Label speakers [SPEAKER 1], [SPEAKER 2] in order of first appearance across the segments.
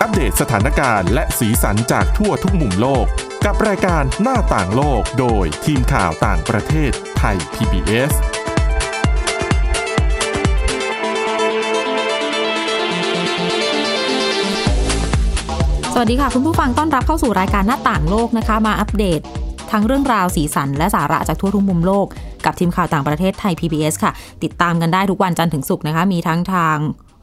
[SPEAKER 1] อัปเดตสถานการณ์และสีสันจากทั่วทุกมุมโลก กับรายการหน้าต่างโลกโดยทีมข่าวต่างประเทศไทย PBS
[SPEAKER 2] สวัสดีค่ะ คุณผู้ฟังต้อนรับเข้าสู่รายการหน้าต่างโลกนะคะ มาอัปเดต ทั้งเรื่องราวสีสันและสาระจากทั่วทุกมุมโลก กับทีมข่าวต่างประเทศไทย PBS ค่ะ ติดตามกันได้ทุกวันจันทร์ถึงศุกร์นะคะ มีทั้งทาง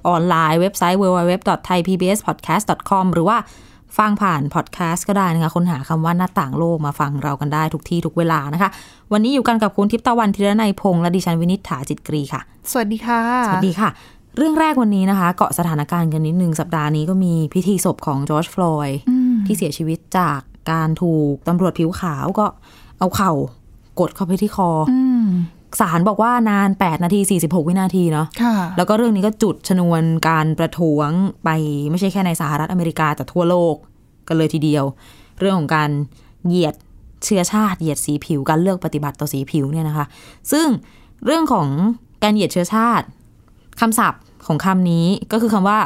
[SPEAKER 2] ออนไลน์เว็บไซต์ www.thaipbspodcast.com หรือว่าฟังผ่านพอดแคสต์ก็ได้นะคะค้นหาคำว่าหน้าต่างโลกมาฟังเรากันได้ทุกที่ทุกเวลานะคะ วันนี้อยู่กันกับคุณทิพย์ตะวันธีรนัยพงษ์และดิฉันวินิษฐาจิตกรีค่ะ
[SPEAKER 3] สวัสดีค่ะ
[SPEAKER 2] สวัสดีค่ะ เรื่องแรกวันนี้นะคะ เกาะสถานการณ์กันนิดนึงสัปดาห์นี้ก็มีพิธีศพของจอร์จฟลอยด์ที่เสียชีวิตจากการถูกตำรวจผิวขาวก็เอาเข่ากดเข้าไปที่คออ
[SPEAKER 3] อืม
[SPEAKER 2] ศาลบอกว่านาน 8 นาที 46 วินาทีเนาะ
[SPEAKER 3] ค่ะ
[SPEAKER 2] แล้วก็เรื่องนี้ก็จุดชนวนการประท้วงไปไม่ใช่แค่ในสหรัฐอเมริกาแต่ทั่วโลกกันเลยทีเดียว เรื่องของการเหยียดเชื้อชาติเหยียดสีผิวการเลือกปฏิบัติต่อสีผิวเนี่ยนะคะ ซึ่งเรื่องของการเหยียดเชื้อชาติ คำศัพท์ของคำนี้ก็คือคำว่า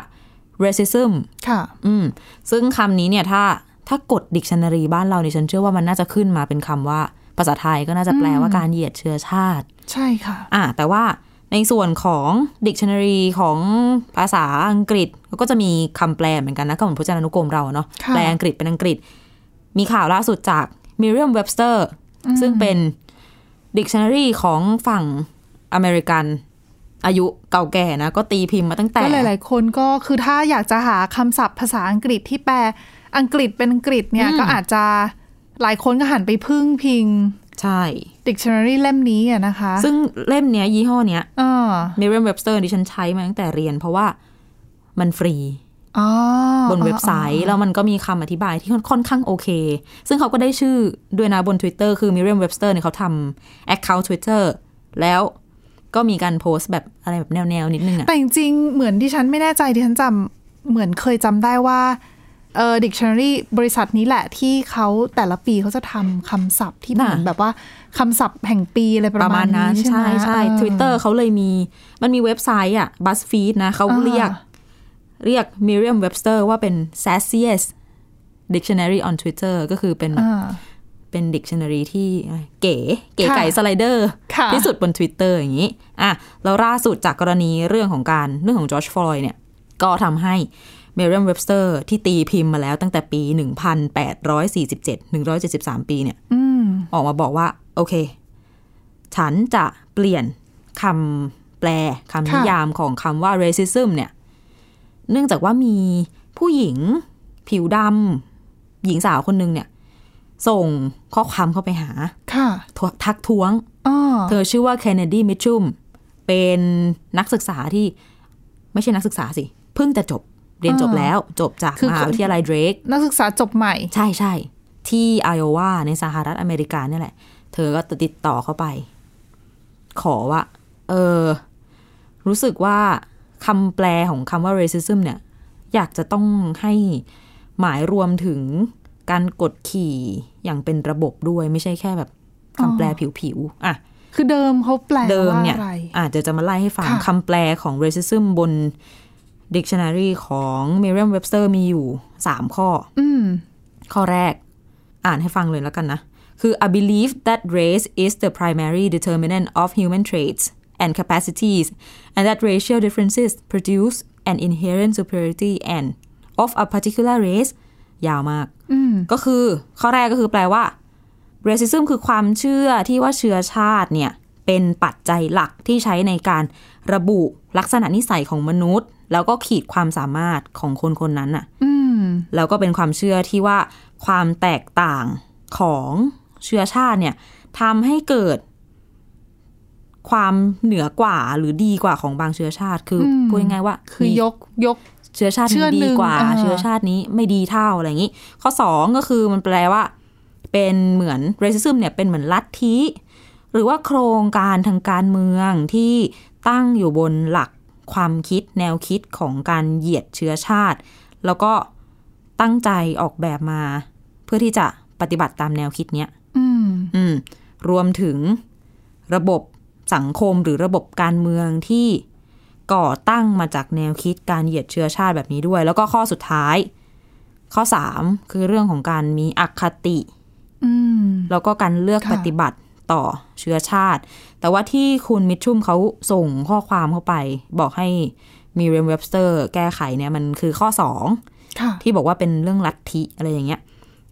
[SPEAKER 2] racism
[SPEAKER 3] ค่ะ
[SPEAKER 2] อืมซึ่งคำนี้เนี่ยถ้าถ้ากดดิกชันนารีบ้านเราเนี่ยฉันเชื่อว่ามันน่าจะขึ้นมาเป็นคำว่า ภาษาไทยก็น่าจะแปลว่าการเหยียดเชื้อชาติ
[SPEAKER 3] ใช่ค่ะ
[SPEAKER 2] อ่าแต่ว่าในส่วนของดิกชันนารีของภาษาอังกฤษเขาก็จะมีคำแปลเหมือนกันนะก็เหมือนพจนานุกรมเราเนาะ
[SPEAKER 3] ค่ะ
[SPEAKER 2] แปลอังกฤษเป็นอังกฤษ มีข่าวล่าสุดจาก Merriam Webster ซึ่งเป็นดิกชันนารีของฝั่งอเมริกัน อายุเก่าแก่นะ ก็ตีพิมพ์มาตั้งแต่
[SPEAKER 3] ก็หลาย ๆ คนก็คือถ้าอยากจะหาคำศัพท์ภาษาอังกฤษที่แปลอังกฤษเป็นอังกฤษเนี่ย
[SPEAKER 2] อืม
[SPEAKER 3] ก็อาจจะหลายคนก็หันไปพึ่งพิง
[SPEAKER 2] ใช่
[SPEAKER 3] dictionary เล่มนี้อะนะคะ
[SPEAKER 2] ซึ่งเล่มเนี้ยยี่ห้อเนี้ย
[SPEAKER 3] อ่า
[SPEAKER 2] Merriam Webster ดิฉันใช้มาตั้งแต่เรียน เพราะว่ามันฟรี
[SPEAKER 3] อ๋อบ
[SPEAKER 2] นเว็บไซ
[SPEAKER 3] อ๋อ
[SPEAKER 2] ต์แล้วมันก็มีคำอธิบายที่ค่อนข้างโอเค ซึ่งเขาก็ได้ชื่อด้วยนะบน Twitter คือ Merriam Webster เนี่ยเขาทำ Account Twitter แล้วก็มีการโพสต์แบบอะไรแบบแนว ๆ นิดนึงอะ
[SPEAKER 3] แต่จริงๆ เหมือนที่ฉันไม่แน่ใจที่ฉันจำเหมือนเคยจำได้ว่าเออ dictionary บริษัทนี้แหละที่เขาแต่ละปีเขาจะทำคำศัพท์ที่เหมือนแบบว่าคำศัพท์แห่งปีอะไรประมาณ
[SPEAKER 2] นั้น
[SPEAKER 3] นี้ใช่
[SPEAKER 2] ใช่
[SPEAKER 3] ไหม
[SPEAKER 2] ใช่
[SPEAKER 3] เออ
[SPEAKER 2] Twitter เขาเลยมีมันมีเว็บไซต์อะ BuzzFeed นะเขาเรียก
[SPEAKER 3] อ่า
[SPEAKER 2] เรียก Merriam Webster ว่าเป็น Sassiest Dictionary on Twitter ก็คือเป็นแบบ
[SPEAKER 3] อ่า
[SPEAKER 2] เป็นดิกชันนารีที่เก๋เก๋ไก่
[SPEAKER 3] ค่ะ
[SPEAKER 2] สไลเดอร์
[SPEAKER 3] ค่ะ
[SPEAKER 2] ที่สุดบน Twitter อย่างนี้อ่ะแล้วล่าสุดจากกรณีเรื่องของการเรื่องของจอร์จฟลอยด์เนี่ย ก็ทำให้ Merriam Webster ที่ตีพิมพ์มาแล้วตั้งแต่ปี 1847 173 ปีเนี่ย
[SPEAKER 3] อืม
[SPEAKER 2] ออกมาบอกว่า โอเค ฉันจะเปลี่ยนคำแปลคำนิ
[SPEAKER 3] ค่ะ
[SPEAKER 2] ยามของคำว่า racism เนี่ย เนื่องจากว่ามีผู้หญิงผิวดำหญิงสาวคนหนึงเนี่ย ส่งข้อความเข้าไปหา
[SPEAKER 3] ค่ะ
[SPEAKER 2] ทวทักท้วง
[SPEAKER 3] อ๋อ
[SPEAKER 2] เธอชื่อว่าเคนเนดีมิชชุมเป็นนักศึกษาที่ไม่ใช่นักศึกษาสิ เพิ่งจะจบเรียนจบแล้วจบจากมหาวิทยาลัยเดรก
[SPEAKER 3] นักศึกษาจบใหม่
[SPEAKER 2] ใช่ใช่ที่ไอโอวาในสหรัฐอเมริกาเนี่ยแหละ เธอก็ติดต่อเข้าไป ขอว่า เออ รู้สึกว่าคำแปลของคำว่า racism เนี่ย อยากจะต้องให้หมายรวมถึงการกดขี่อย่างเป็นระบบด้วยไม่ใช่แค่แบบคำแปลผิวๆอ่ะ
[SPEAKER 3] คือเดิมเขาแปล
[SPEAKER 2] เดิม
[SPEAKER 3] ว่า
[SPEAKER 2] เนี่ย
[SPEAKER 3] อะไร
[SPEAKER 2] อาจจะจะมาไล่ให้ฟัง
[SPEAKER 3] ค่ะ
[SPEAKER 2] คำแปลของ racism บน dictionary ของ Merriam Webster มีอยู่ 3 ข้อ
[SPEAKER 3] อืม
[SPEAKER 2] ข้อแรกอ่านให้ฟังเลยแล้วกันนะ คือ a belief that race is the primary determinant of human traits and capacities and that racial differences produce an inherent superiority and of a particular race ยาวมาก ก็คือข้อแรกก็คือแปลว่า racism คือความเชื่อที่ว่าเชื้อชาติเนี่ย เป็นปัจจัยหลักที่ใช้ในการระบุลักษณะนิสัยของมนุษย์ แล้วก็ขีดความสามารถของคนคนนั้นน่ะ
[SPEAKER 3] อืม
[SPEAKER 2] แล้วก็เป็นความเชื่อที่ว่าความแตกต่างของเชื้อชาติเนี่ยทำให้เกิด ความเหนือกว่าหรือดีกว่าของบางเชื้อชาติ คืออ
[SPEAKER 3] ม
[SPEAKER 2] พูดง่ายๆว่า
[SPEAKER 3] คือ
[SPEAKER 2] มี
[SPEAKER 3] ยกยก
[SPEAKER 2] เชื้อชาติ
[SPEAKER 3] เชื้อหนึ่ง
[SPEAKER 2] ดีกว่า
[SPEAKER 3] อ่า
[SPEAKER 2] เชื้อชาตินี้ไม่ดีเท่าอะไรอย่างนี้ ข้อสองก็คือมันแปลว่า เป็นเหมือน racism เนี่ยเป็นเหมือนลัทธิหรือว่าโครงการทางการเมืองที่ตั้งอยู่บนหลักความคิดแนวคิดของการเหยียดเชื้อชาติ แล้วก็ตั้งใจออกแบบมา เพื่อที่จะปฏิบัติตามแนวคิดเนี้ย
[SPEAKER 3] อืม
[SPEAKER 2] อืมรวมถึงระบบสังคมหรือระบบการเมืองที่ก่อตั้งมาจากแนวคิดการเหยียดเชื้อชาติแบบนี้ด้วย แล้วก็ข้อสุดท้าย ข้อ 3 คือเรื่องของการมีอคติ
[SPEAKER 3] อืม
[SPEAKER 2] แล้วก็การเลือก
[SPEAKER 3] ค่ะ
[SPEAKER 2] ปฏิบัติต่อเชื้อชาติ แต่ว่าที่คุณมิทชุมเขาส่งข้อความเข้าไป บอกให้มีเรียมเว็บสเตอร์แก้ไขเนี่ยมันคือข้อ 2
[SPEAKER 3] ค่ะ
[SPEAKER 2] ที่บอกว่าเป็นเรื่องลัทธิอะไรอย่างเงี้ย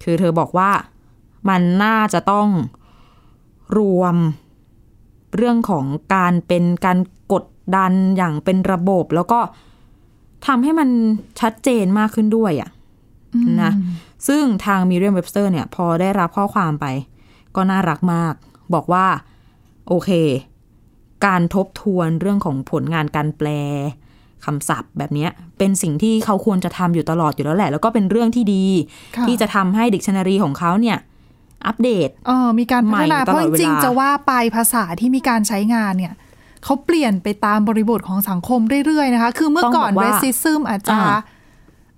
[SPEAKER 2] คือเธอบอกว่ามันน่าจะต้องรวมเรื่องของการเป็นการกดดันอย่างเป็นระบบ แล้วก็ทำให้มันชัดเจนมากขึ้นด้วยอะ่ะนะ ซึ่งทางมิเรียมเว็บสเตอร์เนี่ย พอได้รับข้อความไป ก็น่ารักมาก บอกว่า โอเค การทบทวนเรื่องของผลงานการแปลคำศัพท์แบบเนี้ยเป็นสิ่งที่เขาควรจะทำอยู่ตลอดอยู่แล้วแหละ แล้วก็เป็นเรื่องที่ดี
[SPEAKER 3] ค่ะ
[SPEAKER 2] ที่จะทำให้ดิกชันนารีของเขาเนี่ย อัปเดต
[SPEAKER 3] เออมีการพัฒนา
[SPEAKER 2] ใหม่ตลอด
[SPEAKER 3] เพราะจริง
[SPEAKER 2] เวลา
[SPEAKER 3] ๆจะว่าไปภาษาที่มีการใช้งานเนี่ยเขาเปลี่ยนไปตามบริบทของสังคมเรื่อยๆนะคะ คือเมื่อก่อน
[SPEAKER 2] ต้องบอก
[SPEAKER 3] เร
[SPEAKER 2] ว่า
[SPEAKER 3] สซิซึมอาจจะ
[SPEAKER 2] อ่า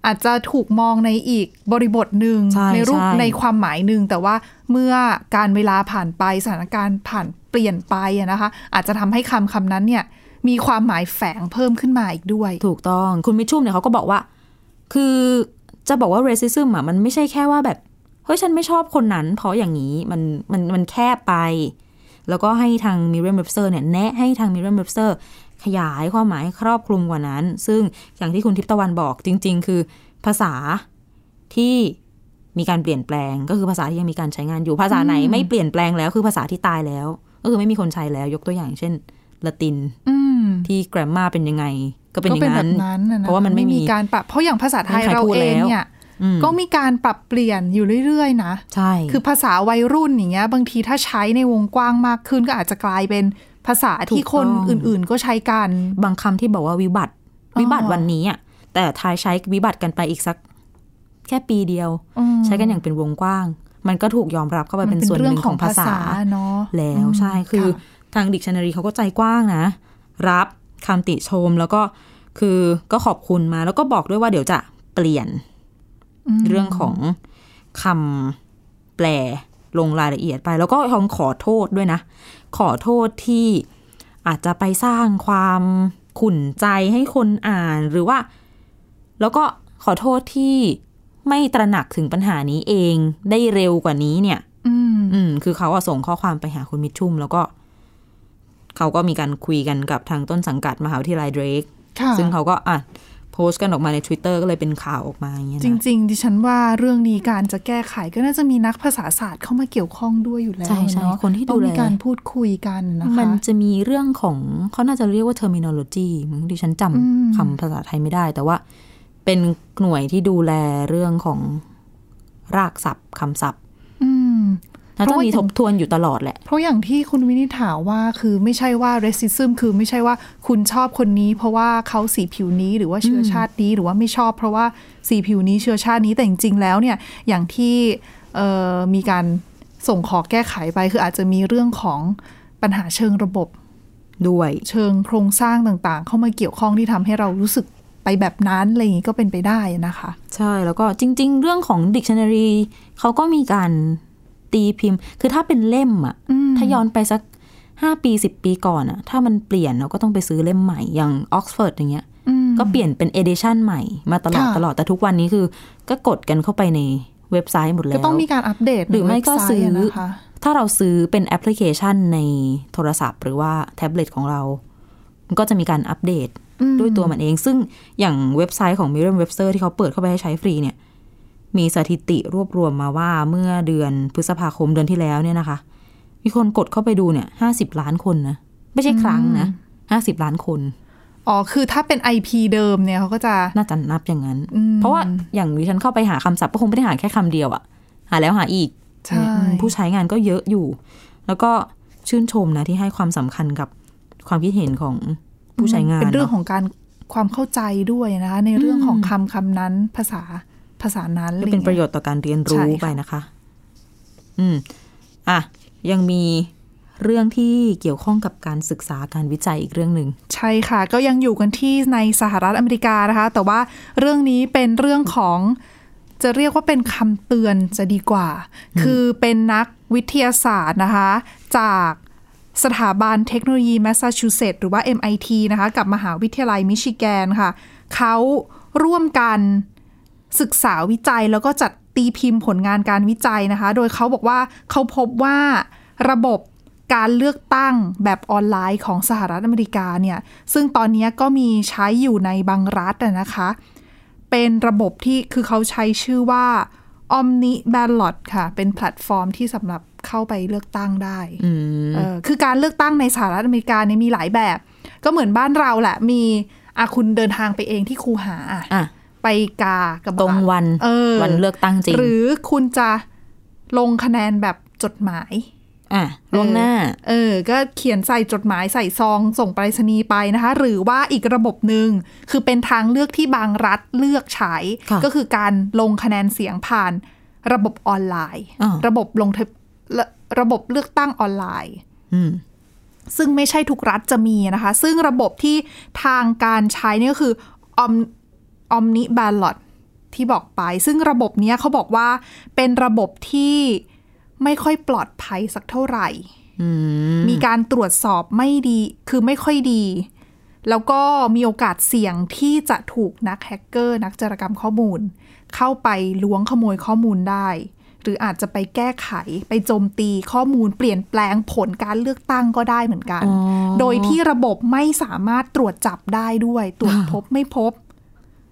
[SPEAKER 3] อาจจะถูกมองในอีกบริบทหนึ่ง
[SPEAKER 2] ใช่
[SPEAKER 3] รูป
[SPEAKER 2] ใช่
[SPEAKER 3] ในความหมายหนึ่งแต่ว่าเมื่อการเวลาผ่านไปสถานการณ์ผ่านเปลี่ยนไปอะนะคะ อาจจะทำให้คำคำนั้นเนี่ยมีความหมายแฝงเพิ่มขึ้นมาอีกด้วย
[SPEAKER 2] ถูกต้องคุณมิชชุมเนี่ยเขาก็บอกว่า คือจะบอกว่า racism อ่ะมันไม่ใช่แค่ว่าแบบ เฮ้ย ฉันไม่ชอบคนนั้น เพราะอย่างนี้มันมันมันแคบไป แล้วก็ให้ทางมิเรียมเว็บสเตอร์เนี่ยแนะให้ทางมิเรียมเว็บสเตอร์ขยายความหมายให้ครอบคลุมกว่านั้น ซึ่งอย่างที่คุณทิพย์ตะวันบอกจริง ๆ คือภาษาที่มีการเปลี่ยนแปลง ก็คือภาษาที่ยังมีการใช้งานอยู่ภาษาไหนไม่เปลี่ยนแปลงแล้วคือภาษาที่ตายแล้ว ก็คือไม่มีคนใช้แล้วยกตัวอย่างเช่นละติน
[SPEAKER 3] อืม
[SPEAKER 2] ที่แกรมมาเป็นยังไง ก็เป็นอ
[SPEAKER 3] ก็
[SPEAKER 2] ย่า
[SPEAKER 3] เป็น
[SPEAKER 2] ง
[SPEAKER 3] แบ
[SPEAKER 2] นั้น
[SPEAKER 3] บนั้นอค
[SPEAKER 2] เพราะว่ามันไม่มี
[SPEAKER 3] การปรับเพราะอย่างภาษาไทย
[SPEAKER 2] ไม่มีใคร
[SPEAKER 3] เรา
[SPEAKER 2] พูด
[SPEAKER 3] เอง
[SPEAKER 2] แล้ว
[SPEAKER 3] เนี่ย
[SPEAKER 2] อืม
[SPEAKER 3] ก็มีการปรับเปลี่ยนอยู่เรื่อยๆนะ
[SPEAKER 2] ใช่
[SPEAKER 3] คือภาษาวัยรุ่นอย่างเงี้ยบางทีถ้าใช้ในวงกว้างมากขึ้นก็อาจจะกลายเป็นภาษาที่คนอื่นๆ ก็ใช้กัน
[SPEAKER 2] บางคำที่บอกว่าวิบัติ
[SPEAKER 3] อ๋อ
[SPEAKER 2] วิบัติวันนี้อ่ะแต่ไทยใช้วิบัติกันไปอีกสัก แค่ปีเดียว
[SPEAKER 3] อืม
[SPEAKER 2] ใช้กันอย่างเป็นวงกว้าง มันก็ถูกยอมรับเข้าไปเป็นส่วนหนึ่งของภาษา
[SPEAKER 3] เนาะ
[SPEAKER 2] แล้วใช่คือทางดิกชันนารีเขาก็ใจกว้างนะ รับคำติชมแล้วก็คือก็ขอบคุณมา แล้วก็บอกด้วยว่าเดี๋ยวจะเปลี่ยน
[SPEAKER 3] อืม
[SPEAKER 2] เรื่องของคำแปลลงรายละเอียดไป แล้วก็ทองขอโทษด้วยนะ ขอโทษที่อาจจะไปสร้างความขุ่นใจให้คนอ่านหรือว่า แล้วก็ขอโทษที่ไม่ตระหนักถึงปัญหานี้เองได้เร็วกว่านี้เนี่ย
[SPEAKER 3] อืม
[SPEAKER 2] อืม คือเขาอะส่งข้อความไปหาคุณมิชชุม แล้วก็ เขาก็มีการคุยกันกับทางต้นสังกัดมหาวิทยาลัยเดรก
[SPEAKER 3] ค่ะ
[SPEAKER 2] ซึ่งเขาก็อ่ะโพสต์กันออกมาใน Twitter ก็เลยเป็นข่าวออกมาอย่างเงี้ย
[SPEAKER 3] จ
[SPEAKER 2] นะ
[SPEAKER 3] ริง ๆ ดิฉันว่าเรื่องนี้การจะแก้ไขก็น่าจะมีนักภาษาศาสตร์เข้ามาเกี่ยวข้องด้วยอยู่แล้ว
[SPEAKER 2] ใช่ใช่
[SPEAKER 3] เนาะ
[SPEAKER 2] คนที่
[SPEAKER 3] ต้อ
[SPEAKER 2] ดู
[SPEAKER 3] ง
[SPEAKER 2] แล
[SPEAKER 3] มีการพูดคุยกันนะคะ
[SPEAKER 2] มันจะมีเรื่องของเขาน่าจะเรียกว่า terminology มึงดิฉันจำ
[SPEAKER 3] อืม
[SPEAKER 2] คำภาษาไทยไม่ได้ แต่ว่าเป็นหน่วยที่ดูแลเรื่องของรากศัพท์คำศัพท์
[SPEAKER 3] อืม
[SPEAKER 2] น่า
[SPEAKER 3] เพ
[SPEAKER 2] จะ
[SPEAKER 3] ราะว่า
[SPEAKER 2] มีทบทวนอยู่ตลอดแหละ
[SPEAKER 3] เพราะอย่างที่คุณวินิถาว่าคือไม่ใช่ว่า racism คือไม่ใช่ว่าคุณชอบคนนี้ เพราะว่าเขาสีผิวนี้หรือว่าเชื้อชาตินี้หรือว่าไม่ชอบ เพราะว่าสีผิวนี้เชื้อชาตินี้แต่จริงๆแล้วเนี่ยอย่างที่เอ่อมีการส่งขอแก้ไขไป คืออาจจะมีเรื่องของปัญหาเชิงระบบ
[SPEAKER 2] ด้วย
[SPEAKER 3] เชิงโครงสร้างต่างๆ เข้ามาเกี่ยวข้องที่ทำให้เรารู้สึกไปแบบนั้นอะไรอย่างนี้ก็เป็นไปได้นะคะ
[SPEAKER 2] ใช่ แล้วก็จริง ๆ เรื่องของ Dictionary เขาก็มีการตีพิมพ์ คือถ้าเป็นเล่มอะถ้าย้อนไปสัก 5 ปี 10 ปีก่อนอะถ้ามันเปลี่ยนเราก็ต้องไปซื้อเล่มใหม่ อย่าง Oxford อย่างเงี้ย ก็เปลี่ยนเป็น Edition ใหม่มาตลอด
[SPEAKER 3] ค่ะ
[SPEAKER 2] ตลอดแต่ทุกวันนี้คือ ก็กดกันเข้าไปในเว็บไซต์หมดแล้
[SPEAKER 3] ก็
[SPEAKER 2] ว
[SPEAKER 3] ต้องมีการอัปเดตใน
[SPEAKER 2] หรือไม่ก็
[SPEAKER 3] เว็บซต์
[SPEAKER 2] ซื้อ
[SPEAKER 3] นะคะ
[SPEAKER 2] ถ้าเราซื้อเป็นแอปพลิเคชันในโทรศัพท์ หรือว่าแท็บเล็ตของเรา มันก็จะมีการอัปเดต
[SPEAKER 3] อืม
[SPEAKER 2] ด้วยตัวมันเอง ซึ่งอย่างเว็บไซต์ของ Merriam Webster ที่เขาเปิดเข้าไปให้ใช้ฟรีเนี่ย มีสถิติรวบรวมมาว่าเมื่อเดือนพฤษภาคมเดือนที่แล้วเนี่ยนะคะ มีคนกดเข้าไปดูเนี่ยห้าสิบล้านคนนะ ไม่ใช่ครั้งนะห้าสิบล้านคน
[SPEAKER 3] อ๋อคือถ้าเป็น IP เดิมเนี่ยเขาก็จะ
[SPEAKER 2] น่าจะนับอย่างนั้น เพราะว่าอย่างดิฉันเข้าไปหาคำศัพท์ก็คงไม่ได้หาแค่คำเดียวอะหาแล้วหาอีก
[SPEAKER 3] ใช่
[SPEAKER 2] อืมผู้ใช้งานก็เยอะอยู่ แล้วก็ชื่นชมนะที่ให้ความสำคัญกับความคิดเห็นของผู้ใช้งาน
[SPEAKER 3] เป็นเรื่อง
[SPEAKER 2] อะ
[SPEAKER 3] ของการความเข้าใจด้วยนะคะในเรื่องของคำคำนั้นภาษาภาษานั้น
[SPEAKER 2] ก็
[SPEAKER 3] อาง
[SPEAKER 2] เป็
[SPEAKER 3] งี้
[SPEAKER 2] นประโยชน์ต่อการเรียน
[SPEAKER 3] ใช่
[SPEAKER 2] รู้
[SPEAKER 3] ค่ะ
[SPEAKER 2] ไปนะคะ อืมอ่ะยังมีเรื่องที่เกี่ยวข้องกับการศึกษาการวิจัยอีกเรื่องหนึ่ง
[SPEAKER 3] ใช่ค่ะ ก็ยังอยู่กันที่ในสหรัฐอเมริกานะคะ แต่ว่าเรื่องนี้เป็นเรื่องของจะเรียกว่าเป็นคำเตือนจะดีกว่า คือเป็นนักวิทยาศาสตร์นะคะ จากสถาบันเทคโนโลยีแมสซาชูเซตส์หรือว่า MIT นะคะ กับมหาวิทยาลัยมิชิแกนค่ะ เขาร่วมกัน ศึกษาวิจัยแล้วก็จัดตีพิมพ์ผลงานการวิจัยนะคะ โดยเขาบอกว่าเขาพบว่าระบบการเลือกตั้งแบบออนไลน์ของสหรัฐอเมริกาเนี่ย ซึ่งตอนนี้ก็มีใช้อยู่ในบางรัฐอะนะคะ เป็นระบบที่คือเขาใช้ชื่อว่า Omni Ballot ค่ะ เป็นแพลตฟอร์มที่สำหรับเข้าไปเลือกตั้งได้เออคือการเลือกตั้งในสหรัฐอเมริกาเนี่ยมีหลายแบบ ก็เหมือนบ้านเราแหละ มีอาคุณเดินทางไปเองที่คูหาอะ
[SPEAKER 2] อ่ะ
[SPEAKER 3] ไปกากับ
[SPEAKER 2] ตรง
[SPEAKER 3] บัต
[SPEAKER 2] วัน
[SPEAKER 3] เออ
[SPEAKER 2] วันเลือกตั้งจริง
[SPEAKER 3] หรือคุณจะลงคะแนนแบบจดหมาย
[SPEAKER 2] อ่ะล่วงหน้า
[SPEAKER 3] เออ ก็เขียนใส่จดหมายใส่ซองส่งไปรษณีย์ไปนะคะ หรือว่าอีกระบบหนึ่งคือเป็นทางเลือกที่บางรัฐเลือกใช้
[SPEAKER 2] ค่ะ
[SPEAKER 3] ก็คือการลงคะแนนเสียงผ่านระบบออนไลน์
[SPEAKER 2] อ่า
[SPEAKER 3] ระบบลงทะระระบบเลือกตั้งออนไลน์
[SPEAKER 2] อืม
[SPEAKER 3] ซึ่งไม่ใช่ทุกรัฐจะมีนะคะ ซึ่งระบบที่ทางการใช้เนี่ยก็คือ Om- Omni Ballot ที่บอกไป ซึ่งระบบเนี้ยเขาบอกว่าเป็นระบบที่ไม่ค่อยปลอดภัยสักเท่าไหร่
[SPEAKER 2] อืม
[SPEAKER 3] มีการตรวจสอบไม่ดี คือไม่ค่อยดี แล้วก็มีโอกาสเสี่ยงที่จะถูกนักแฮกเกอร์ นักจารกรรมข้อมูล เข้าไปล้วงขโมยข้อมูลได้ หรืออาจจะไปแก้ไข ไปโจมตีข้อมูล เปลี่ยนแปลงผลการเลือกตั้งก็ได้เหมือนกัน
[SPEAKER 2] อ๋อ
[SPEAKER 3] โดยที่ระบบไม่สามารถตรวจจับได้ด้วย ตรวจพบไม่พบ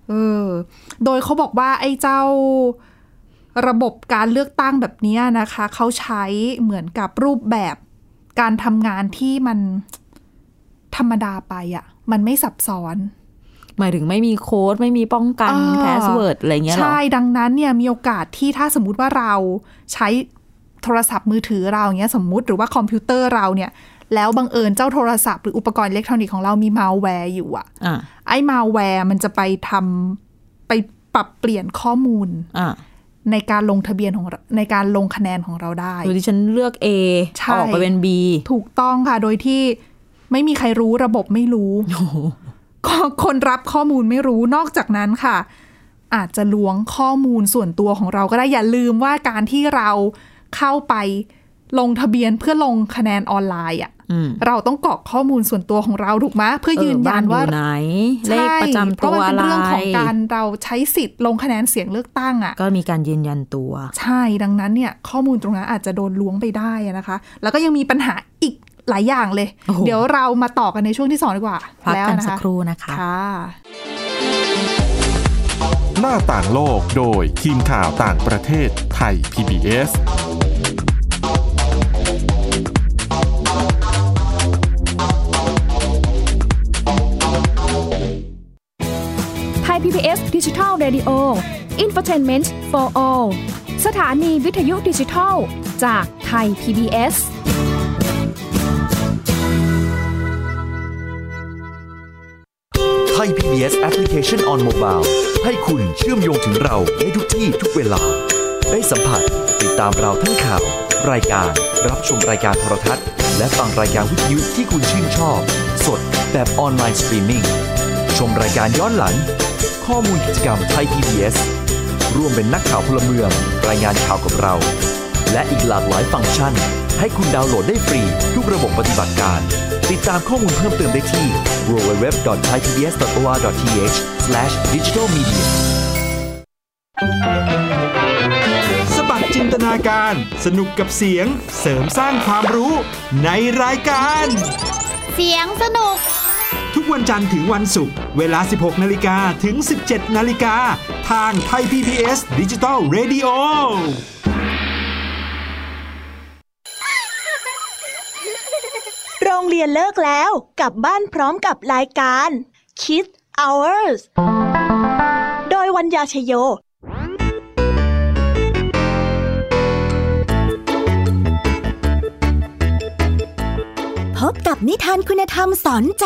[SPEAKER 3] เออ โดยเขาบอกว่าไอ้เจ้า ระบบการเลือกตั้งแบบเนี้ยนะคะ เขาใช้เหมือนกับรูปแบบการทำงานที่มันธรรมดาไปอะ่ะ มันไม่ซับซ้อน
[SPEAKER 2] หมายถึงไม่มีโค้ดไม่มีป้องกัน
[SPEAKER 3] อ่า
[SPEAKER 2] แพสเวิร์ดอะไรเงี้ยเหรอ
[SPEAKER 3] ใช่ดังนั้นเนี่ยมีโอกาสที่ถ้าสมมติว่าเราใช้โทรศัพท์มือถือเราอย่างเงี้ยสมมุติหรือว่าคอมพิวเตอร์เราเนี่ย แล้วบังเอิญเจ้าโทรศัพท์หรืออุปกรณ์อิเล็กทรอนิกส์ของเรามีมาแวร์อยู่อ่ะ
[SPEAKER 2] อ่ะ
[SPEAKER 3] ไอ้มาแวร์มันจะไปทำไปปรับเปลี่ยนข้อมูล
[SPEAKER 2] อ่ะ
[SPEAKER 3] ในการลงทะเบียนของเราในการลงคะแนนของเราได้
[SPEAKER 2] ดูดิฉันเลือก A
[SPEAKER 3] ใช่
[SPEAKER 2] ออกไปเป็น B
[SPEAKER 3] ถูกต้องค่ะ โดยที่ไม่มีใครรู้ระบบไม่รู้
[SPEAKER 2] โอ้โห
[SPEAKER 3] ก็คนรับข้อมูลไม่รู้นอกจากนั้นค่ะ อาจจะล้วงข้อมูลส่วนตัวของเราก็ได้อย่าลืมว่าการที่เราเข้าไปลงทะเบียนเพื่อลงคะแนนออนไลน์อ่ะ
[SPEAKER 2] อืม
[SPEAKER 3] เราต้องกรอกข้อมูลส่วนตัวของเราถูกไหมเพื่อยืนยันว่า
[SPEAKER 2] เออบ้อไหน เลขประจำ
[SPEAKER 3] เพ
[SPEAKER 2] ตั
[SPEAKER 3] ราะ
[SPEAKER 2] ว
[SPEAKER 3] มัน
[SPEAKER 2] อะไร
[SPEAKER 3] เป็นเรื่องของการเราใช้สิทธิ์ลงคะแนนเสียงเลือกตั้งอ่ะ
[SPEAKER 2] ก็มีการยืนยันตัว
[SPEAKER 3] ใช่ดังนั้นเนี่ยข้อมูลตรงนั้นอาจจะโดนล้วงไปได้อะนะคะ แล้วก็ยังมีปัญหาอีกหลายอย่างเลย
[SPEAKER 2] โอ้โห
[SPEAKER 3] เดี๋ยวเรามาต่อกันในช่วงที่สองดีกว่า
[SPEAKER 2] พัก
[SPEAKER 3] แล้ว
[SPEAKER 2] กัน
[SPEAKER 3] นะ
[SPEAKER 2] สัก
[SPEAKER 3] คะ
[SPEAKER 2] ครู่นะคะ
[SPEAKER 3] ค่ะ
[SPEAKER 1] หน้าต่างโลกโดยทีมข่าวต่างประเทศไทย PBS
[SPEAKER 4] ไทย PBS ดิจิทัล Radio Infotainment for All สถานีวิทยุดิจิทัลจากไทย PBS
[SPEAKER 5] ไทย PBS Application on Mobile ให้คุณเชื่อมโยงถึงเราในทุกที่ทุกเวลา ได้สัมผัสติดตามเราทั้งข่าว รายการ รับชมรายการโทรทัศน์ และฟังรายการวิทยุที่คุณชื่นชอบ สดแบบออนไลน์สตรีมมิ่งชมรายการย้อนหลัง ข้อมูลกิจกรรมไทย PBS ร่วมเป็นนักข่าวพลเมือง รายงานข่าวกับเรา และอีกหลากหลายฟังก์ชัน ให้คุณดาวน์โหลดได้ฟรี ทุกระบบปฏิบัติการ ติดตามข้อมูลเพิ่มเติมได้ที่ www.thaipbs.or.th/digitalmedia
[SPEAKER 6] สบัดจินตนาการ สนุกกับเสียง เสริมสร้างความรู้ในรายการ
[SPEAKER 7] เสียงสนุก
[SPEAKER 6] ทุกวันจันทร์ถึงวันศุกร์เวลา 16 นาฬิกาถึง 17 นาฬิกา ทางไทย PPS ดิจิตอล Radio
[SPEAKER 8] โรงเรียนเลิกแล้วกลับบ้านพร้อมกับรายการ Kids Hours โดยวัญญาชยโย
[SPEAKER 9] พบกับนิทานคุณธรรมสอนใจ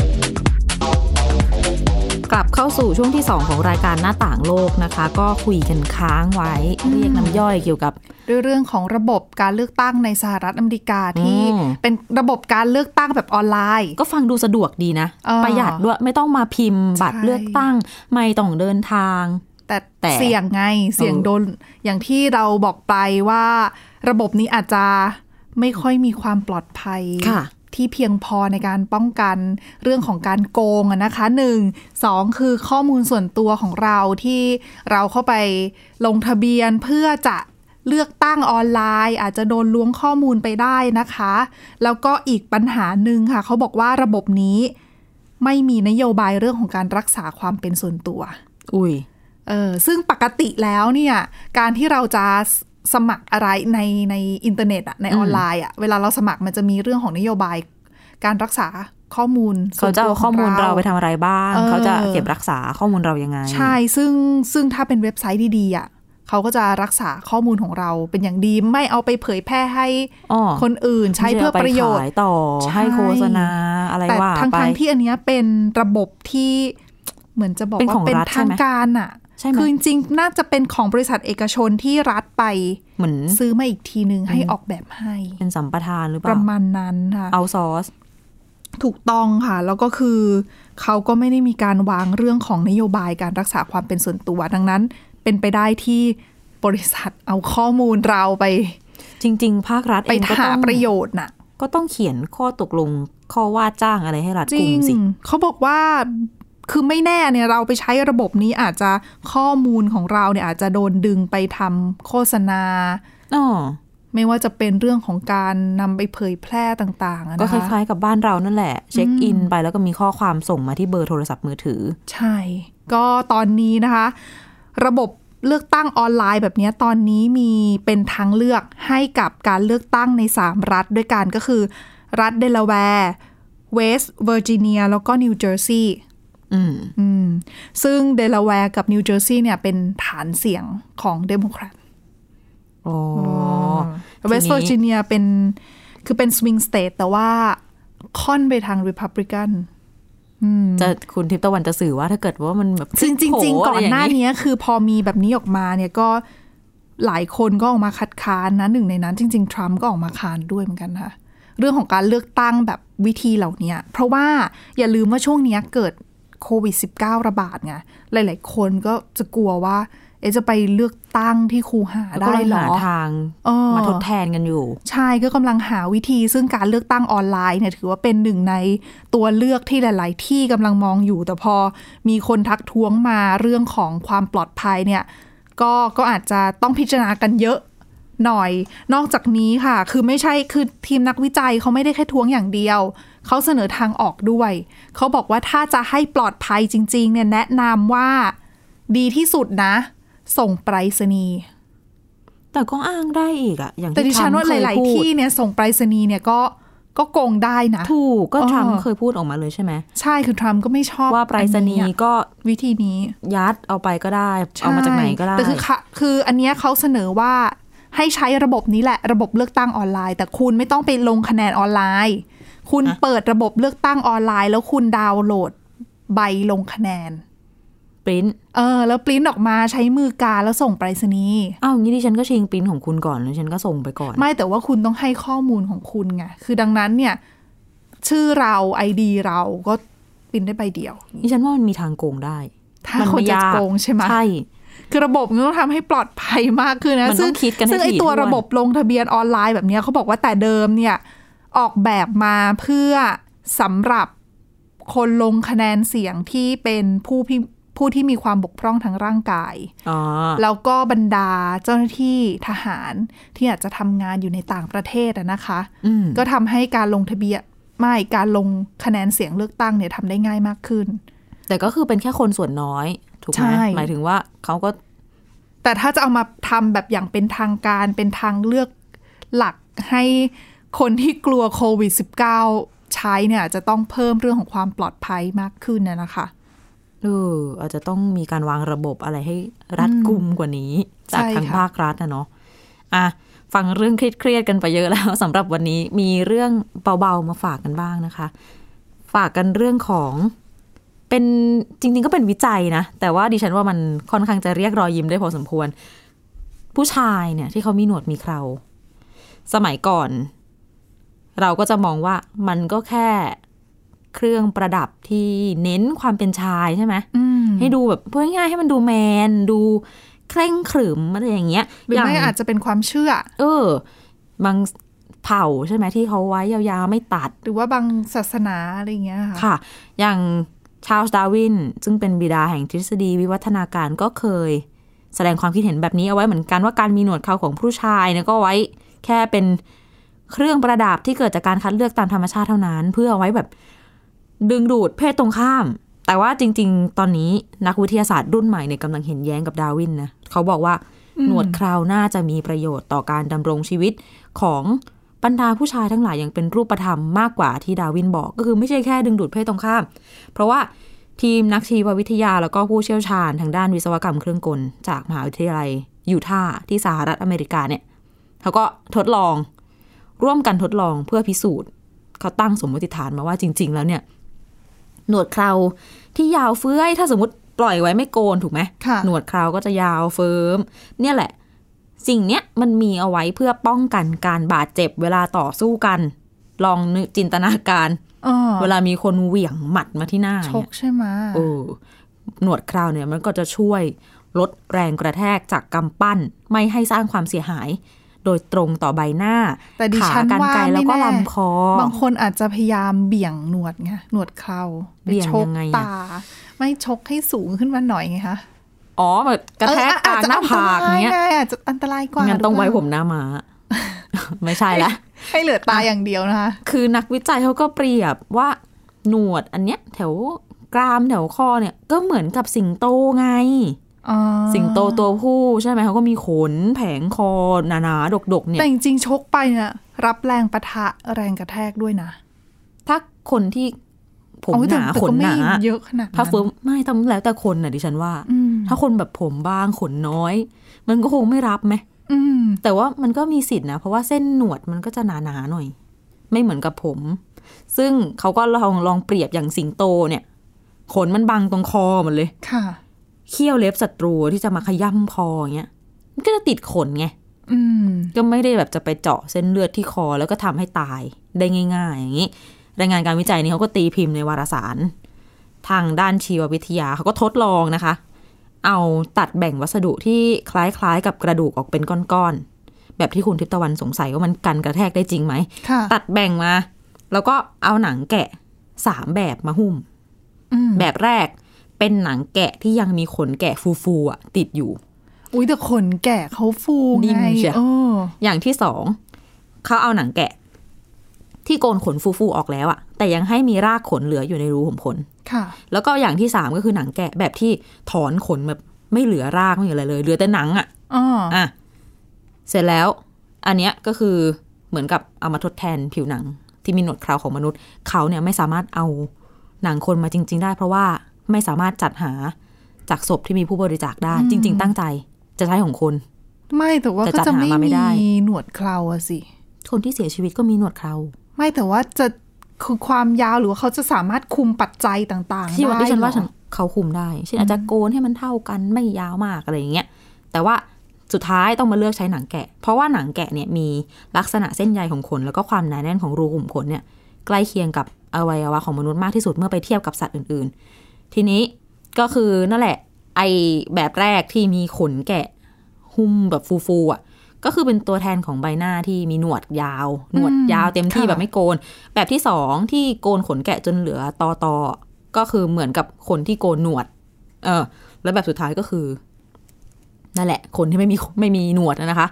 [SPEAKER 2] กลับเข้าสู่ช่วงที่ 2 ของรายการหน้าต่างโลกนะคะ ก็คุยกันค้างไว้ เรียกน้ำย่อยเกี่ยวกับ
[SPEAKER 3] ด้วยเรื่องของระบบการเลือกตั้งในสหรัฐอเมริกาที่
[SPEAKER 2] อืม
[SPEAKER 3] เป็นระบบการเลือกตั้งแบบออนไลน์
[SPEAKER 2] ก็ฟังดูสะดวกดีนะ
[SPEAKER 3] เออ
[SPEAKER 2] ประหยัดด้วยไม่ต้องมาพิมพ์บัตร
[SPEAKER 3] ใช่
[SPEAKER 2] เลือกตั้ง ไม่ต้องเดินทาง
[SPEAKER 3] แต่
[SPEAKER 2] แต่
[SPEAKER 3] เสี่ยงไงเสี่ยง
[SPEAKER 2] เออ
[SPEAKER 3] โดน อย่างที่เราบอกไปว่าระบบนี้อาจจะไม่ค่อยมีความปลอดภัย ที่เพียงพอในการป้องกันเรื่องของการโกงอะนะคะหนึ่งสองคือข้อมูลส่วนตัวของเราที่เราเข้าไปลงทะเบียนเพื่อจะเลือกตั้งออนไลน์ อาจจะโดนล้วงข้อมูลไปได้นะคะ แล้วก็อีกปัญหาหนึ่งค่ะ เขาบอกว่าระบบนี้ไม่มีนโยบายเรื่องของการรักษาความเป็นส่วนตัว
[SPEAKER 2] อุ้ย
[SPEAKER 3] เออซึ่งปกติแล้วเนี่ยการที่เราจะสสมัครอะไรในในอินเทอร์เน็ตอะใน
[SPEAKER 2] อืม
[SPEAKER 3] ออนไลน์อะเวลาเราสมัครมันจะมีเรื่องของนโยบาย การรักษาข้อมูลส่
[SPEAKER 2] เขา
[SPEAKER 3] วน
[SPEAKER 2] จะ
[SPEAKER 3] ตัว
[SPEAKER 2] เอา
[SPEAKER 3] ง
[SPEAKER 2] ข้อมูลเราไปทำอะไรบ้าง
[SPEAKER 3] เออ
[SPEAKER 2] เขาจะเก็บรักษาข้อมูลเรายังไง
[SPEAKER 3] ใช่ซึ่งซึ่งถ้าเป็นเว็บไซต์ดีๆอะเขาก็จะรักษาข้อมูลของเราเป็นอย่างดีไม่เอาไปเผยแพร่ให้
[SPEAKER 2] อ้อ
[SPEAKER 3] คนอื่นใช้เพื่อประโยช
[SPEAKER 2] ไม่
[SPEAKER 3] น์
[SPEAKER 2] ใช่เอาไขายต่อ
[SPEAKER 3] ใช่
[SPEAKER 2] ให้โฆษณาอะไร
[SPEAKER 3] แต่
[SPEAKER 2] ว่า
[SPEAKER 3] ทั้ง
[SPEAKER 2] ไป
[SPEAKER 3] ทที่อันเนี้ยเป็นระบบที่เหมือนจะบอก
[SPEAKER 2] เป็น
[SPEAKER 3] ว่า
[SPEAKER 2] ของ
[SPEAKER 3] เป็น
[SPEAKER 2] รัฐใช่
[SPEAKER 3] ทาง
[SPEAKER 2] ไหม
[SPEAKER 3] การอะ
[SPEAKER 2] ใช่ไหม
[SPEAKER 3] คือจริงๆน่าจะเป็นของบริษัทเอกชนที่รัฐไป
[SPEAKER 2] เหมือน
[SPEAKER 3] ซื้อมาอีกทีหนึ่งให้
[SPEAKER 2] อืม
[SPEAKER 3] ออกแบบให้
[SPEAKER 2] เป็นสัมปทานหรือเป
[SPEAKER 3] ป
[SPEAKER 2] ล่า
[SPEAKER 3] ระมาณนั้นค่ะ
[SPEAKER 2] เอาซอส
[SPEAKER 3] ถูกต้องค่ะ แล้วก็คือ เขาก็ไม่ได้มีการวางเรื่องของนโยบายการรักษาความเป็นส่วนตัว ดังนั้น เป็นไปได้ที่บริษัทเอาข้อมูลเราไป
[SPEAKER 2] จริง ๆ ภาครัฐ
[SPEAKER 3] ไป
[SPEAKER 2] เองก็
[SPEAKER 3] หา
[SPEAKER 2] ต้อง
[SPEAKER 3] ประโยชน์น่ะ
[SPEAKER 2] ก็ต้องเขียนข้อตกลงข้อว่าจ้างอะไรให้รัฐ
[SPEAKER 3] จ
[SPEAKER 2] ก
[SPEAKER 3] ริ
[SPEAKER 2] ลุ่
[SPEAKER 3] ง
[SPEAKER 2] มสิ
[SPEAKER 3] เขาบอกว่าคือไม่แน่เนี่ยเราไปใช้ระบบนี้อาจจะข้อมูลของเราเนี่ยอาจจะโดนดึงไปทำโฆษณา
[SPEAKER 2] อ๋อ
[SPEAKER 3] ไม่ว่าจะเป็นเรื่องของการนำไปเผยแพร่ต่างๆอะนะคะ
[SPEAKER 2] ก็คล้ายๆกับบ้านเรานั่นแหละ เช็คอินไปแล้วก็มีข้อความส่งมาที่เบอร์โทรศัพท์มือถือ
[SPEAKER 3] ใช่ ก็ตอนนี้นะคะ ระบบเลือกตั้งออนไลน์แบบเนี้ยตอนนี้มีเป็นทางเลือกให้กับการเลือกตั้งใน 3 รัฐด้วยกันก็คือ รัฐเดลาแวร์ เวสต์เวอร์จิเนีย แล้วก็นิวเจอร์ซีย์
[SPEAKER 2] อืม
[SPEAKER 3] อืมซึ่งเดลาแวร์กับนิวเจอร์ซีย์เนี่ยเป็นฐานเสียงของเดโมแครต
[SPEAKER 2] อ๋อ
[SPEAKER 3] เวสต์เวอร์จิเนียเป็นคือเป็นสวิงสเตทแต่ว่าค่อนไปทางริพับลิกัน
[SPEAKER 2] จะคุณทิพย์ตะวันจะสื่อว่าถ้าเกิดว่ามันแบบ
[SPEAKER 3] จริงจริง
[SPEAKER 2] พลิ
[SPEAKER 3] จริง
[SPEAKER 2] โผ
[SPEAKER 3] ก่อนะห
[SPEAKER 2] ไย่
[SPEAKER 3] น้าง
[SPEAKER 2] งี้
[SPEAKER 3] เนี้ยคือพอมีแบบนี้ออกมาเนี่ยก็หลายคนก็ออกมาคัดค้านนะหนึ่งในนั้น จริง ๆ ทรัมป์ก็ออกมาค้านด้วยเหมือนกันค่ะ เรื่องของการเลือกตั้งแบบวิธีเหล่าเนี้ยเพราะว่าอย่าลืมว่าช่วงเนี้ยเกิดโควิด -19 ระบาดไงหลาย ๆ คนก็จะกลัวว่า เอะจะไปเลือกตั้งที่คูหา
[SPEAKER 2] แล้วก็
[SPEAKER 3] ได้
[SPEAKER 2] เลย
[SPEAKER 3] เหร
[SPEAKER 2] หา
[SPEAKER 3] อ
[SPEAKER 2] ทาง
[SPEAKER 3] เออ
[SPEAKER 2] มาทดแทนกันอยู่
[SPEAKER 3] ใช่ก็กำลังหาวิธีซึ่งการเลือกตั้งออนไลน์เนี่ยถือว่าเป็นหนึ่งในตัวเลือกที่หลาย ๆ ที่กำลังมองอยู่ แต่พอมีคนทักท้วงมาเรื่องของความปลอดภัยเนี่ยก็ก็อาจจะต้องพิจารณากันเยอะหน่อย นอกจากนี้ค่ะ คือไม่ใช่คือทีมนักวิจัยเขาไม่ได้แค่ท้วงอย่างเดียว เขาเสนอทางออกด้วย เขาบอกว่าถ้าจะให้ปลอดภัยจริง ๆ เนี่ยแนะนำว่าดีที่สุดนะ ส่งไปรษณีย์
[SPEAKER 2] แต่ก็อ้างได้อีกอะอย่าง
[SPEAKER 3] แต่
[SPEAKER 2] ที่
[SPEAKER 3] ดิฉั
[SPEAKER 2] ทรัม
[SPEAKER 3] น
[SPEAKER 2] ป์
[SPEAKER 3] ว่าหลาย
[SPEAKER 2] เค
[SPEAKER 3] ๆ
[SPEAKER 2] พูด
[SPEAKER 3] ที่เนี่ยส่งไปรษณีย์เนี่ยก็ก็โกงได้นะ
[SPEAKER 2] ถูกก็
[SPEAKER 3] เออ
[SPEAKER 2] ทรัมป์เคยพูดออกมาเลยใช่ไหม
[SPEAKER 3] ใช่คือทรัมป์ก็ไม่ชอบ
[SPEAKER 2] ว่าไปรษณี
[SPEAKER 3] อั
[SPEAKER 2] ย์
[SPEAKER 3] อะ
[SPEAKER 2] ก็
[SPEAKER 3] วิธีนี้
[SPEAKER 2] ยัดเอาไปก็ได้ เอามาจากไหนก็ได้
[SPEAKER 3] ใช่แต่คือค่ะคืออันเนี้ยเขาเสนอว่าให้ใช้ระบบนี้แหละระบบเลือกตั้งออนไลน์ แต่คุณไม่ต้องไปลงคะแนนออนไลน์ คุณ
[SPEAKER 2] ฮะ
[SPEAKER 3] เปิดระบบเลือกตั้งออนไลน์ แล้วคุณดาวน์โหลดใบลงคะแนน
[SPEAKER 2] ปริ้น
[SPEAKER 3] เออ แล้วปริ้นออกมาใช้มือกาแล้วส่งไปรษณีย์
[SPEAKER 2] อ้าวงี้ดิฉันก็ชิงปริ้นของคุณก่อนแล้วฉันก็ส่งไปก่อน
[SPEAKER 3] ไม่แต่ว่าคุณต้องให้ข้อมูลของคุณไง คือดังนั้นเนี่ย ชื่อเราไอดีเราก็ปินได้ใบเดียว
[SPEAKER 2] ดิฉันว่ามันมีทางโกงได้
[SPEAKER 3] ถ้า
[SPEAKER 2] มัน
[SPEAKER 3] คน
[SPEAKER 2] ไม่
[SPEAKER 3] จะ
[SPEAKER 2] ยาก
[SPEAKER 3] โกงใช่ไหม
[SPEAKER 2] ใช่
[SPEAKER 3] คือระบบมันต้องทำให้ปลอดภัยมากขึ้นนะ
[SPEAKER 2] มันต้องคิดกันให้
[SPEAKER 3] ซึ่งไอ
[SPEAKER 2] ถี่
[SPEAKER 3] ตัว
[SPEAKER 2] ถ้วน
[SPEAKER 3] ระบบลงทะเบียนออนไลน์แบบเนี้ยเขาบอกว่าแต่เดิมเนี่ย ออกแบบมาเพื่อสำหรับคนลงคะแนนเสียงที่เป็นผู้พิผู้ที่มีความบกพร่องทางร่างกาย
[SPEAKER 2] อ๋อ
[SPEAKER 3] แล้วก็บรรดาเจ้าหน้าที่ทหารที่อาจจะทำงานอยู่ในต่างประเทศอะนะคะ
[SPEAKER 2] อืม
[SPEAKER 3] ก็ทำให้การลงทะเบียนไม่การลงคะแนนเสียงเลือกตั้งเนี่ยทำได้ง่ายมากขึ้น
[SPEAKER 2] แต่ก็คือเป็นแค่คนส่วนน้อย ถูกไห
[SPEAKER 3] ใช่
[SPEAKER 2] มหมายถึงว่าเขาก็
[SPEAKER 3] แต่ถ้าจะเอามาทำแบบอย่างเป็นทางการเป็นทางเลือกหลักให้คนที่กลัวโควิด -19 ใช้เนี่ยอาจจะต้องเพิ่มเรื่องของความปลอดภัยมากขึ้นนะนะคะ
[SPEAKER 2] เอออาจจะต้องมีการวางระบบอะไรให้รัดกุมกว่านี้ จาก
[SPEAKER 3] ใช่
[SPEAKER 2] ทาง
[SPEAKER 3] ค่ะ
[SPEAKER 2] ภาครัฐนะเนาะอ่ะ ฟังเรื่องเครียดๆกันไปเยอะแล้ว สำหรับวันนี้มีเรื่องเบาๆมาฝากกันบ้างนะคะ ฝากกันเรื่องของเป็นจริง ๆ ก็เป็นวิจัยนะ แต่ว่าดิฉันว่ามันค่อนข้างจะเรียกรอยยิ้มได้พอสมควร ผู้ชายเนี่ยที่เขามีหนวดมีเครา สมัยก่อน เราก็จะมองว่ามันก็แค่เครื่องประดับที่เน้นความเป็นชายใช่ไหม
[SPEAKER 3] อืม
[SPEAKER 2] ให้ดูแบบพูดง่ายๆให้มันดูแมน ดูเคร่งขรึมอะไรอย่างเงี้ย
[SPEAKER 3] หรือไม่
[SPEAKER 2] ย่ง
[SPEAKER 3] อาจจะเป็นความเชื่อ
[SPEAKER 2] เออ บางเผ่าใช่ไหมที่เขาไว้ยาวๆไม่ตัด
[SPEAKER 3] หรือว่าบางศาสนาอะไรอย่างเงี้ยค่ะ
[SPEAKER 2] ค่ะ อย่างชาร์ลส์ดาร์วิน ซึ่งเป็นบิดาแห่งทฤษฎีวิวัฒนาการก็เคย แสดงความคิดเห็นแบบนี้เอาไว้เหมือนกันว่าการมีหนวดเขาของผู้ชายเนี่ยก็ไว้แค่เป็นเครื่องประดับที่เกิดจากการคัดเลือกตามธรรมชาติเท่านั้น เพื่อเอาไว้แบบดึงดูดเพศตรงข้าม แต่ว่าจริง ๆ ตอนนี้นักวิทยาศาสตร์รุ่นใหม่เนี่ยกำลังเห็นแย้งกับดาร์วินนะเขาบอกว่าหนวดเคราวน่าจะมีประโยชน์ต่อการดำรงชีวิตของบรรดาผู้ชายทั้งหลายอย่างเป็นรูปธรรมมากกว่าที่ดาร์วินบอกก็คือไม่ใช่แค่ดึงดูดเพศตรงข้าม เพราะว่าทีมนักชีววิทยาแล้วก็ผู้เชี่ยวชาญทางด้านวิศวกรรมเครื่องกล จากมหาวิทยาลัยยูทาห์ที่สหรัฐอเมริกาเนี่ยเขาก็ทดลอง ร่วมกันทดลองเพื่อพิสูจน์ เขาตั้งสมมติฐานมาว่าจริง ๆ แล้วเนี่ย หนวดเคราที่ยาวเฟื้อยถ้าสมมติปล่อยไว้ไม่โกนถูกไหม
[SPEAKER 3] ค่ะ
[SPEAKER 2] หนวดเคราก็จะยาวเฟิร์มเนี่ยแหละ สิ่งเนี้ยมันมีเอาไว้เพื่อป้องกันการบาดเจ็บเวลาต่อสู้กัน ลองนึกจินตนาการ
[SPEAKER 3] เออ
[SPEAKER 2] เวลามีคนเหวี่ยงหมัดมาที่หน้า
[SPEAKER 3] ช
[SPEAKER 2] เนี่
[SPEAKER 3] ก
[SPEAKER 2] ย
[SPEAKER 3] ใช่ไหม
[SPEAKER 2] เออหนวดเคราวเนี่ยมันก็จะช่วยลดแรงกระแทกจากกำปั้น ไม่ให้สร้างความเสียหาย โดยตรงต่อใบหน้า
[SPEAKER 3] แต่ดิ
[SPEAKER 2] ขา
[SPEAKER 3] ฉัน
[SPEAKER 2] กัน
[SPEAKER 3] ว่า
[SPEAKER 2] ไกล
[SPEAKER 3] ไม่
[SPEAKER 2] แล้วก็
[SPEAKER 3] แน่
[SPEAKER 2] ลำคอ
[SPEAKER 3] บางคนอาจจะพยายามเบี่ยงหนวดไงหนวดเคราไป
[SPEAKER 2] เบี่ยง
[SPEAKER 3] ชก
[SPEAKER 2] ยังไงอะ
[SPEAKER 3] ตา ไม่ชกให้สูงขึ้นมาหน่อยไงคะ
[SPEAKER 2] อ๋อแบบกระแทกกลางหน้าผากเนี้ย
[SPEAKER 3] เอออาจจะอันตรายไงอาจจะอันตรายกว่า
[SPEAKER 2] งั้นต้อง
[SPEAKER 3] หรื
[SPEAKER 2] ไว้
[SPEAKER 3] เปล่า
[SPEAKER 2] ผมหน้าม้า ไม่ใช่ละ
[SPEAKER 3] ให้เหลือตาอย่างเดียวนะคะ
[SPEAKER 2] คือนักวิจัยเขาก็เปรียบว่าหนวดอันเนี้ยแถวกรามแถวคอเนี่ยก็เหมือนกับสิงโตไง
[SPEAKER 3] อ๋อ
[SPEAKER 2] สิงโตตัวผู้ใช่ไหมเขาก็มีขนแผงคอหนาๆดกๆเนี่ย
[SPEAKER 3] แต่จริงๆชกไปเนี่ยรับแรงปะทะแรงกระแทกด้วยนะ
[SPEAKER 2] ถ้าคนที่ผม
[SPEAKER 3] โอ้ย
[SPEAKER 2] ห
[SPEAKER 3] แต่
[SPEAKER 2] นา
[SPEAKER 3] แต่
[SPEAKER 2] ขนห
[SPEAKER 3] ก็ไม่
[SPEAKER 2] นา
[SPEAKER 3] เยอะขนาดนั้น
[SPEAKER 2] ถ้าเฟิร์มไม่ทำแล้วแต่คนน่ะดิฉันว่า
[SPEAKER 3] อืม
[SPEAKER 2] ถ้าคนแบบผมบางขนน้อย มันก็คงไม่รับไหม
[SPEAKER 3] อืม
[SPEAKER 2] แต่ว่ามันก็มีสิทธินะ เพราะว่าเส้นหนวดมันก็จะหนาหนาๆหน่อย ไม่เหมือนกับผม ซึ่งเขาก็ลองลองเปรียบอย่างสิงโตเนี่ย ขนมันบังตรงคอหมดเลย
[SPEAKER 3] ค่ะ
[SPEAKER 2] เขี้ยวเล็บศัตรูที่จะมาขย่ำคออย่างเงี้ยมันก็จะติดขนไง
[SPEAKER 3] อืม
[SPEAKER 2] ก็ไม่ได้แบบจะไปเจาะเส้นเลือดที่คอแล้วก็ทำให้ตายได้ง่าย ๆ อย่างนี้ รายงานการวิจัยนี้เขาก็ตีพิมพ์ในวารสาร ทางด้านชีววิทยาเขาก็ทดลองนะคะ เอาตัดแบ่งวัสดุที่คล้ายๆ กับกระดูกออกเป็นก้อนๆ แบบที่คุณทิพย์ตะวันสงสัยว่ามันกันกระแทกได้จริงไหม
[SPEAKER 3] ค่ะ
[SPEAKER 2] ตัดแบ่งมา แล้วก็เอาหนังแกะสามแบบมาหุ้ม
[SPEAKER 3] อืม
[SPEAKER 2] แบบแรกเป็นหนังแกะที่ยังมีขนแกะฟูๆอะติดอยู่
[SPEAKER 3] อุ้ยแต่ขนแก่เขาฟู
[SPEAKER 2] นิ่ม
[SPEAKER 3] ไง
[SPEAKER 2] เชียว
[SPEAKER 3] เออ
[SPEAKER 2] อย่างที่สองเขาเอาหนังแกะ ที่โกนขนฟูๆออกแล้วอะแต่ยังให้มีรากขนเหลืออยู่ในรูขุมขน
[SPEAKER 3] ค่ะ
[SPEAKER 2] แล้วก็อย่างที่สามก็คือหนังแกะแบบที่ถอนขนแบบไม่เหลือรากไม่เหลืออะไรเลยเหลือแต่หนังอะ
[SPEAKER 3] อ้อ
[SPEAKER 2] อ่ะเสร็จแล้ว อันเนี้ยก็คือเหมือนกับเอามาทดแทนผิวหนังที่มีหนวดเคราวของมนุษย์ เขาเนี่ยไม่สามารถเอาหนังคนมาจริง ๆ ได้ เพราะว่าไม่สามารถจัดหาจากศพที่มีผู้บริจาคได้ จริง ๆ ตั้งใจจะใช้ของคน
[SPEAKER 3] ไม่แต่ว่า
[SPEAKER 2] แต่
[SPEAKER 3] ก็
[SPEAKER 2] จัด
[SPEAKER 3] จะ
[SPEAKER 2] หา
[SPEAKER 3] ไม่
[SPEAKER 2] มาไม่
[SPEAKER 3] มี
[SPEAKER 2] ได้
[SPEAKER 3] หนวดเคราอะสิ
[SPEAKER 2] คนที่เสียชีวิตก็มีหนวดเครา
[SPEAKER 3] ไม่แต่ว่าจะคือความยาวหรือว่าเขาจะสามารถคุมปัจจัยต่างๆ
[SPEAKER 2] ที่ว่า
[SPEAKER 3] ได้
[SPEAKER 2] ดิฉันว่า
[SPEAKER 3] เหรอ
[SPEAKER 2] ฉันเขาคุมได้เช่นอาจจะโกนให้มันเท่ากันไม่ยาวมากอะไรอย่างเงี้ยแต่ว่าสุดท้ายต้องมาเลือกใช้หนังแกะ เพราะว่าหนังแกะเนี่ยมีลักษณะเส้นใยของขน แล้วก็ความหนาแน่นของรูขุมขนเนี่ยใกล้เคียงกับอวัยวะของมนุษย์มากที่สุดเมื่อไปเทียบกับสัตว์อื่นๆ ทีนี้ก็คือนั่นแหละไอแบบแรกที่มีขนแกะ หุ้มแบบฟูๆอ่ะก็คือเป็นตัวแทนของใบหน้าที่มีหนวดยาว หนวด
[SPEAKER 3] อืม
[SPEAKER 2] ยาวเต็มที่
[SPEAKER 3] ค่ะ
[SPEAKER 2] แบบไม่โกน แบบที่สองที่โกนขนแกะจนเหลือตอตอๆก็คือเหมือนกับคนที่โกนหนวด เออ แล้วแบบสุดท้ายก็คือนั่นแหละ คนที่ไม่มีไม่มีหนวดนะนะคะ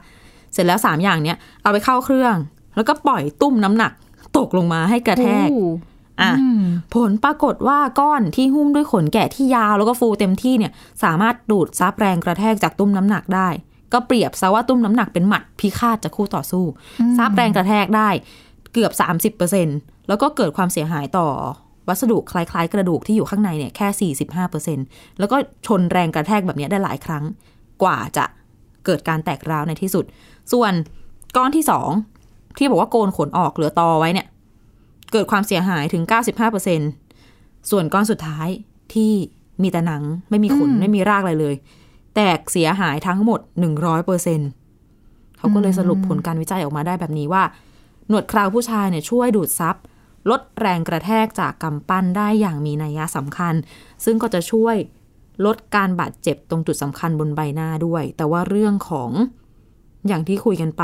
[SPEAKER 2] เสร็จแล้วสามอย่างเนี้ยเอาไปเข้าเครื่อง แล้วก็ปล่อยตุ้มน้ำหนัก ตกลงมาให้กระแทก
[SPEAKER 3] โอ้
[SPEAKER 2] อ่ะ
[SPEAKER 3] อืม
[SPEAKER 2] ผลปรากฏว่าก้อนที่หุ้มด้วยขนแกะที่ยาวแล้วก็ฟูเต็มที่เนี่ย สามารถดูดซับแรงกระแทกจากตุ้มน้ำหนักได้ ก็เปรียบซะว่าตุ้มน้ำหนักเป็นหมัดพิฆาตจากคู่ต่อสู้ ซับแรงกระแทกได้เกือบ 30%แล้วก็เกิดความเสียหายต่อวัสดุคล้ายๆ กระดูกที่อยู่ข้างในเนี่ยแค่ 45%แล้วก็ชนแรงกระแทกแบบเนี้ยได้หลายครั้ง กว่าจะเกิดการแตกร้าวในที่สุด ส่วน ก้อนที่สองที่บอกว่าโกนขนออกเหลือตอไว้เนี่ย เกิดความเสียหายถึง 95%ส่วนก้อนสุดท้ายที่มีแต่หนังไม่มีขน
[SPEAKER 3] อืม
[SPEAKER 2] ไม่มีรากอะไรเลย แตกเสียหายทั้งหมด 100%เขาก็เลยสรุปผลการวิจัยออกมาได้แบบนี้ว่า หนวดเคราวผู้ชายเนี่ยช่วยดูดซับลดแรงกระแทกจากกำปั้นได้อย่างมีนัยสำคัญ ซึ่งก็จะช่วยลดการบาดเจ็บตรงจุดสำคัญบนใบหน้าด้วย แต่ว่าเรื่องของอย่างที่คุยกันไป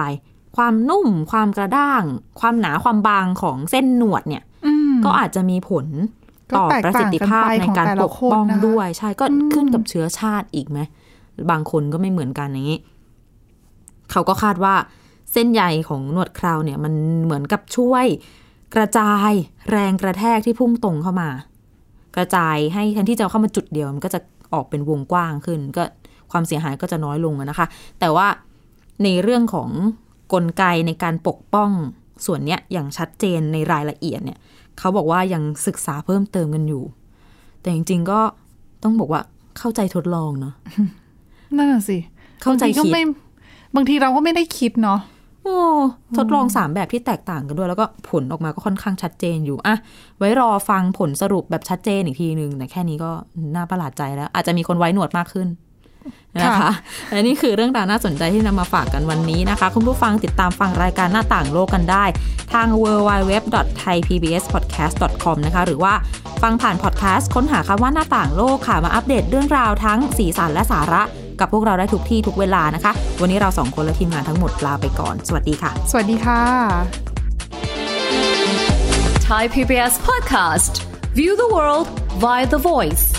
[SPEAKER 2] ความนุ่มความกระด้าง ความหนาความบางของเส้นหนวดเนี่ย
[SPEAKER 3] อืม
[SPEAKER 2] ก็อาจจะมีผลต่อ
[SPEAKER 3] ก็แตก
[SPEAKER 2] ประสิทธิภาพ
[SPEAKER 3] ต่างกันไป
[SPEAKER 2] ในการ
[SPEAKER 3] ของแต่
[SPEAKER 2] ป
[SPEAKER 3] ละ
[SPEAKER 2] ก
[SPEAKER 3] คน
[SPEAKER 2] ป้อง
[SPEAKER 3] นะคะ
[SPEAKER 2] ด้วย ใช่ก็ขึ้นกับเชื้อชาติอีกไหมบางคนก็ไม่เหมือนกันอย่างนี้ เขาก็คาดว่าเส้นใยของหนวดเคราวเนี่ย มันเหมือนกับช่วยกระจายแรงกระแทกที่พุ่งตรงเข้ามา กระจายให้แทนที่จะเข้ามาจุดเดียวมันก็จะออกเป็นวงกว้างขึ้น ก็ความเสียหายก็จะน้อยลงอะนะคะ แต่ว่าในเรื่องของกลไกในการปกป้องส่วนเนี้ยอย่างชัดเจนในรายละเอียดเนี่ย เขาบอกว่ายังศึกษาเพิ่มเติมกันอยู่ แต่จริงๆก็ต้องบอกว่าเข้าใจทดลองเนาะ
[SPEAKER 3] นั่นน่ะสิ
[SPEAKER 2] เข้าใจ
[SPEAKER 3] บงทีก็
[SPEAKER 2] คิด
[SPEAKER 3] ไม่บางทีเราก็ไม่ได้คิดเนาะ
[SPEAKER 2] โอ้ทดลองสามแบบที่แตกต่างกันด้วย แล้วก็ผลออกมาก็ค่อนข้างชัดเจนอยู่อะไว้รอฟังผลสรุปแบบชัดเจนอีกทีหนึ่งแต่แค่นี้ก็น่าประหลาดใจแล้ว อาจจะมีคนไว้หนวดมากขึ้นนะคะ
[SPEAKER 3] ค่ะ
[SPEAKER 2] และนี่คือเรื่องราวน่าสนใจที่นำมาฝากกันวันนี้นะคะ คุณผู้ฟังติดตามฟังรายการหน้าต่างโลกกันได้ ทาง www.thaipbspodcast.com นะคะ หรือว่าฟังผ่านพอดแคสต์ค้นหาคำว่าหน้าต่างโลกค่ะมาอัปเดตเรื่องราวทั้งสีสันและสาระ กับพวกเราได้ทุกที่ทุกเวลานะคะ วันนี้เราสองคนและทีมงานทั้งหมดลาไปก่อน สวัสดีค่ะ
[SPEAKER 3] สวัสดีค่ะ
[SPEAKER 10] Thai PBS podcast. View the world via the voice.